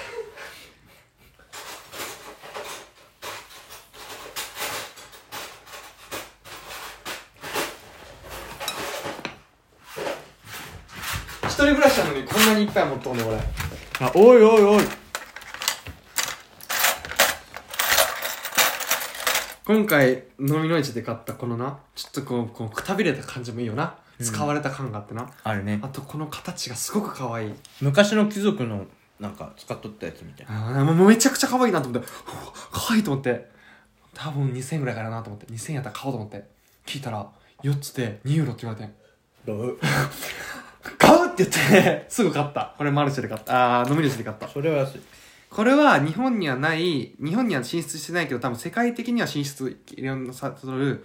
Speaker 2: 一人暮らしなのにこんなにいっぱい持っとんね俺
Speaker 1: あおいおいおい
Speaker 2: 今回飲みの市で買ったこのなちょっとこうこうくたびれた感じもいいよな、
Speaker 1: うん
Speaker 2: 使われた感があってな
Speaker 1: あるね
Speaker 2: あとこの形がすごく可愛い
Speaker 1: 昔の貴族のなんか使っとったやつみたい
Speaker 2: あーもうめちゃくちゃ可愛いなと思ってうわ可愛いと思って多分2000円ぐらいかなと思って2000円やったら買おうと思って聞いたら4つで2ユーロって言われて買うって言って すぐ買ったこれマルシェで買ったあー飲み主で買った
Speaker 1: それは安い
Speaker 2: これは日本にはない日本には進出してないけど多分世界的には進出いろんなさ取る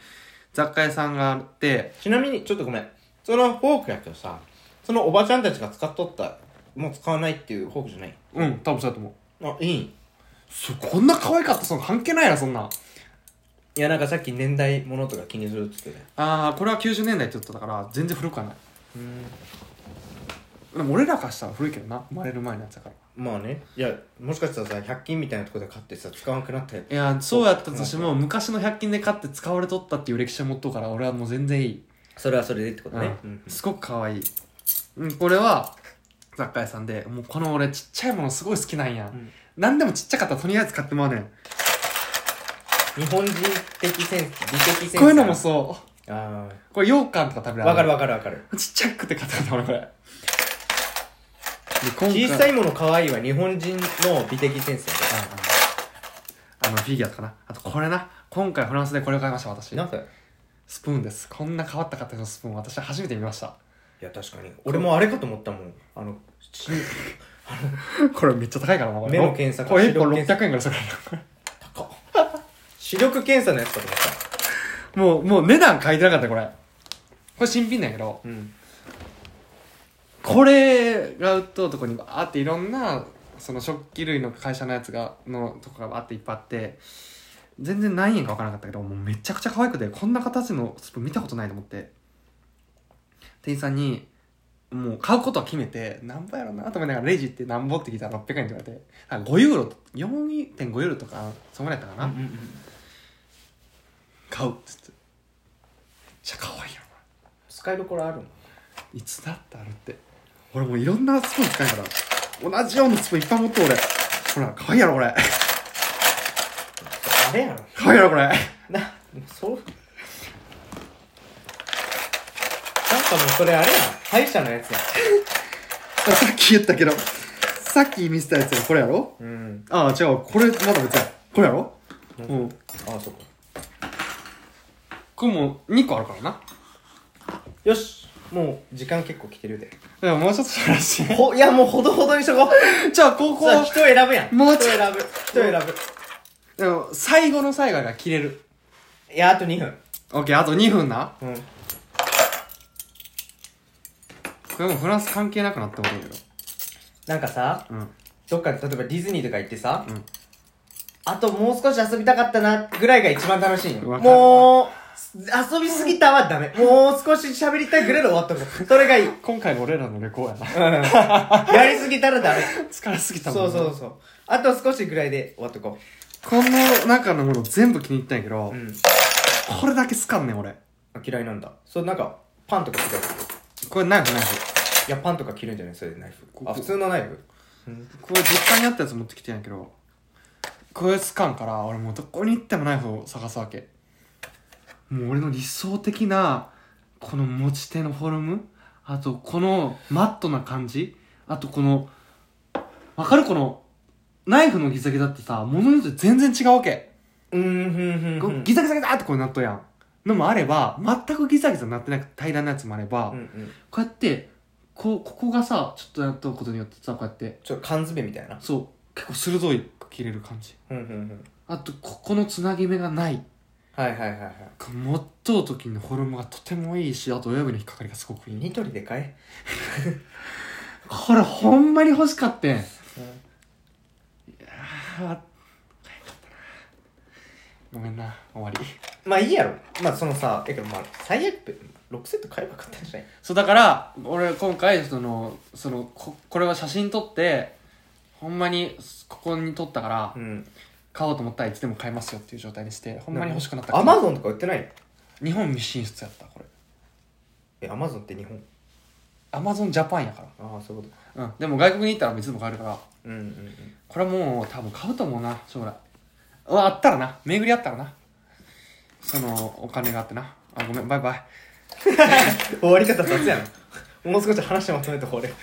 Speaker 2: 雑貨屋さんがあって
Speaker 1: ちなみにちょっとごめんそのフォークやけどさそのおばちゃんたちが使っとったもう使わないっていうフォークじゃない
Speaker 2: うん多分そうだと思う
Speaker 1: あいいん
Speaker 2: そこんな可愛かったその関係ないなそんない
Speaker 1: やなんかさっき年代ものとか気にするっつってね
Speaker 2: ああこれは90年代って言ってたから全然古くはない
Speaker 1: うん
Speaker 2: でも俺らからしたら古いけどな生まれる前のやつだから
Speaker 1: まあねいやもしかしたらさ100均みたいなとこで買ってさ使わなくなったやつ
Speaker 2: いやそうやったとしても昔の100均で買って使われとったっていう歴史を持っとうから俺はもう全然いい、
Speaker 1: それはそれでってことね
Speaker 2: うん
Speaker 1: うん
Speaker 2: すごく可愛い、うん、これは雑貨屋さんでもうこの俺ちっちゃいものすごい好きなんや、
Speaker 1: うん
Speaker 2: 何でもちっちゃかったらとりあえず買ってもらうねん
Speaker 1: 日本人的センス美的センス
Speaker 2: こういうのもそう
Speaker 1: あ
Speaker 2: これ羊羹とか食べ
Speaker 1: あ
Speaker 2: ら
Speaker 1: わかる
Speaker 2: わ
Speaker 1: わかるわかる
Speaker 2: ちっちゃくて買ってもらうこれで今
Speaker 1: 小さ
Speaker 2: い
Speaker 1: いもの可愛いは日本人の美的センスやか
Speaker 2: あのフィギュアとかなあとこれな今回フランスでこれを買いました私
Speaker 1: らなんかい
Speaker 2: スプーンですこんな変わった形のスプーン私は初めて見ました
Speaker 1: や確かに俺もあれかと思ったもんあのし
Speaker 2: これめっちゃ高いからなこれ
Speaker 1: 目の検査
Speaker 2: これ1本
Speaker 1: 視力検査
Speaker 2: 600円ぐらいするから
Speaker 1: 高っ視力検査のやつかと思った
Speaker 2: もうもう値段書いてなかったこれこれ新品なんやけど
Speaker 1: うん
Speaker 2: これが売っとうとこにバーっていろんなその食器類の会社のやつがのとこがバーっていっぱいあって全然何円か分からなかったけどもうめちゃくちゃ可愛くてこんな形のスプーン見たことないと思って店員さんにもう買うことは決めて何ぼやろうなと思いながらレジって何ぼって聞いたら600円って言われてあ5ユーロと4.5ユーロとかそんぐらいやったかな、買うっつってめっちゃ可愛いよ
Speaker 1: 使いどころあるの
Speaker 2: いつだってあるって俺もういろんなスプーン使いから同じようなスプーンいっぱい持って俺ほら可愛いやろこれ
Speaker 1: あれやろ
Speaker 2: 可愛いやろこれ
Speaker 1: なそうなんかもうそれあれやん歯医者のやつや
Speaker 2: さっき言ったけどさっき見せたやつはこれやろ
Speaker 1: うん
Speaker 2: ああ違うこれまだ別やこれやろ
Speaker 1: うん
Speaker 2: うん
Speaker 1: ああそっか
Speaker 2: これもう2個あるからな
Speaker 1: よしもう時間結構来てるで
Speaker 2: でももうちょっとしたらしい
Speaker 1: ほいやもうほどほどにしとこ
Speaker 2: じゃあこ
Speaker 1: う
Speaker 2: こ
Speaker 1: さあ
Speaker 2: は
Speaker 1: 人選ぶやん
Speaker 2: もう
Speaker 1: 人
Speaker 2: ちょ
Speaker 1: 選ぶ人選
Speaker 2: でも最後の最後が切れる
Speaker 1: ぶいやあと2分
Speaker 2: OK あと2分な
Speaker 1: うん
Speaker 2: これもうフランス関係なくなってもいいけど
Speaker 1: なんかさ
Speaker 2: うん
Speaker 1: どっかで例えばディズニーとか行ってさ、
Speaker 2: うん
Speaker 1: あともう少し遊びたかったなぐらいが一番楽しいよ
Speaker 2: わかる
Speaker 1: もう遊びすぎたはダメもう少し喋りたいぐらいで終わったのそれがいい、うん、
Speaker 2: 今回の俺らの旅行やな
Speaker 1: やりすぎたらダメ
Speaker 2: 疲れすぎたもん
Speaker 1: そうそうそうあと少しぐらいで終わっとこ
Speaker 2: この中のもの全部気に入ったんやけど、
Speaker 1: ううん
Speaker 2: これだけ好かんねん俺
Speaker 1: あ嫌いなんだそうなんかパンとか嫌い
Speaker 2: これナイフナイフ
Speaker 1: いやパンとか切るんじゃないそれでナイフ
Speaker 2: ここ
Speaker 1: あ普通のナイフ
Speaker 2: これ実家にあったやつ持ってきてんやけどこれ好かんから俺もうどこに行ってもナイフを探すわけもう俺の理想的なこの持ち手のフォルムあとこのマットな感じあとこのわかるこのナイフのギザギザってさ物によって全然違うわけ、
Speaker 1: うんうん
Speaker 2: こうギザギザギザってこうなっとるやんのもあれば全くギザギザになってなくて平らなやつもあれば、
Speaker 1: うんうん
Speaker 2: こうやってこうここがさちょっとやっとくことによってさこうやって
Speaker 1: ちょっと缶詰みたいな
Speaker 2: そう結構鋭い切れる感じ
Speaker 1: うんうんうん
Speaker 2: あとここのつなぎ目がない
Speaker 1: はいはいはいはい
Speaker 2: 持っとう時のフォルムがとてもいいしあと親指の引っかかりがすごくいい
Speaker 1: ニトリでかい
Speaker 2: これほんまに欲しかってんあーごめんな終わり
Speaker 1: まあいいやろまあそのさえけどまあ最悪6セット買えばよかったんじゃない
Speaker 2: そうだから俺今回そのそのここれは写真撮ってほんまにここに撮ったから
Speaker 1: うん
Speaker 2: 買おうと思ったらいつでも買えますよっていう状態にしてほ
Speaker 1: ほ
Speaker 2: んまに欲しくなった
Speaker 1: アマゾンとか売ってないの
Speaker 2: 日本未進出やったこれ
Speaker 1: えアマゾンって日本
Speaker 2: アマゾンジャパンやか
Speaker 1: ああそういうことから
Speaker 2: うんでも外国に行ったらいつでも買えるから
Speaker 1: うんうんうん
Speaker 2: これはもう多分買うと思うな将来うわあったらな巡りあったらなそのお金があってなあごめんバイバイ
Speaker 1: 終わり方雑やなもう少し話してまとめとこう俺
Speaker 2: う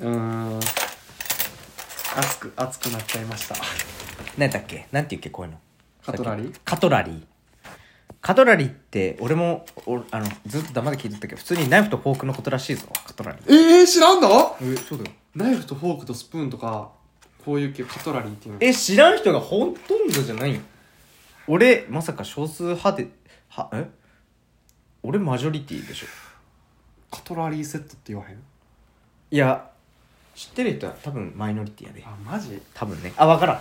Speaker 2: ーん熱く熱くなっちゃいました
Speaker 1: 何だっけなんて言うっけこういうの
Speaker 2: カトラリー
Speaker 1: カトラリーカトラリーって俺もおあのずっと黙って聞いてたけど普通にナイフとフォークのことらしいぞカトラリ
Speaker 2: えー、知らんの
Speaker 1: ーえそうだよ
Speaker 2: ナイフとフォークとスプーンとかこういう系カトラリーっていうの
Speaker 1: え知らん人がほとんどじゃないよ俺まさか少数派ではえ俺マジョリティでしょ
Speaker 2: カトラリーセットって言わへん
Speaker 1: いや知ってる人は多分マイノリティやで
Speaker 2: あマジ
Speaker 1: 多分ねあ分からん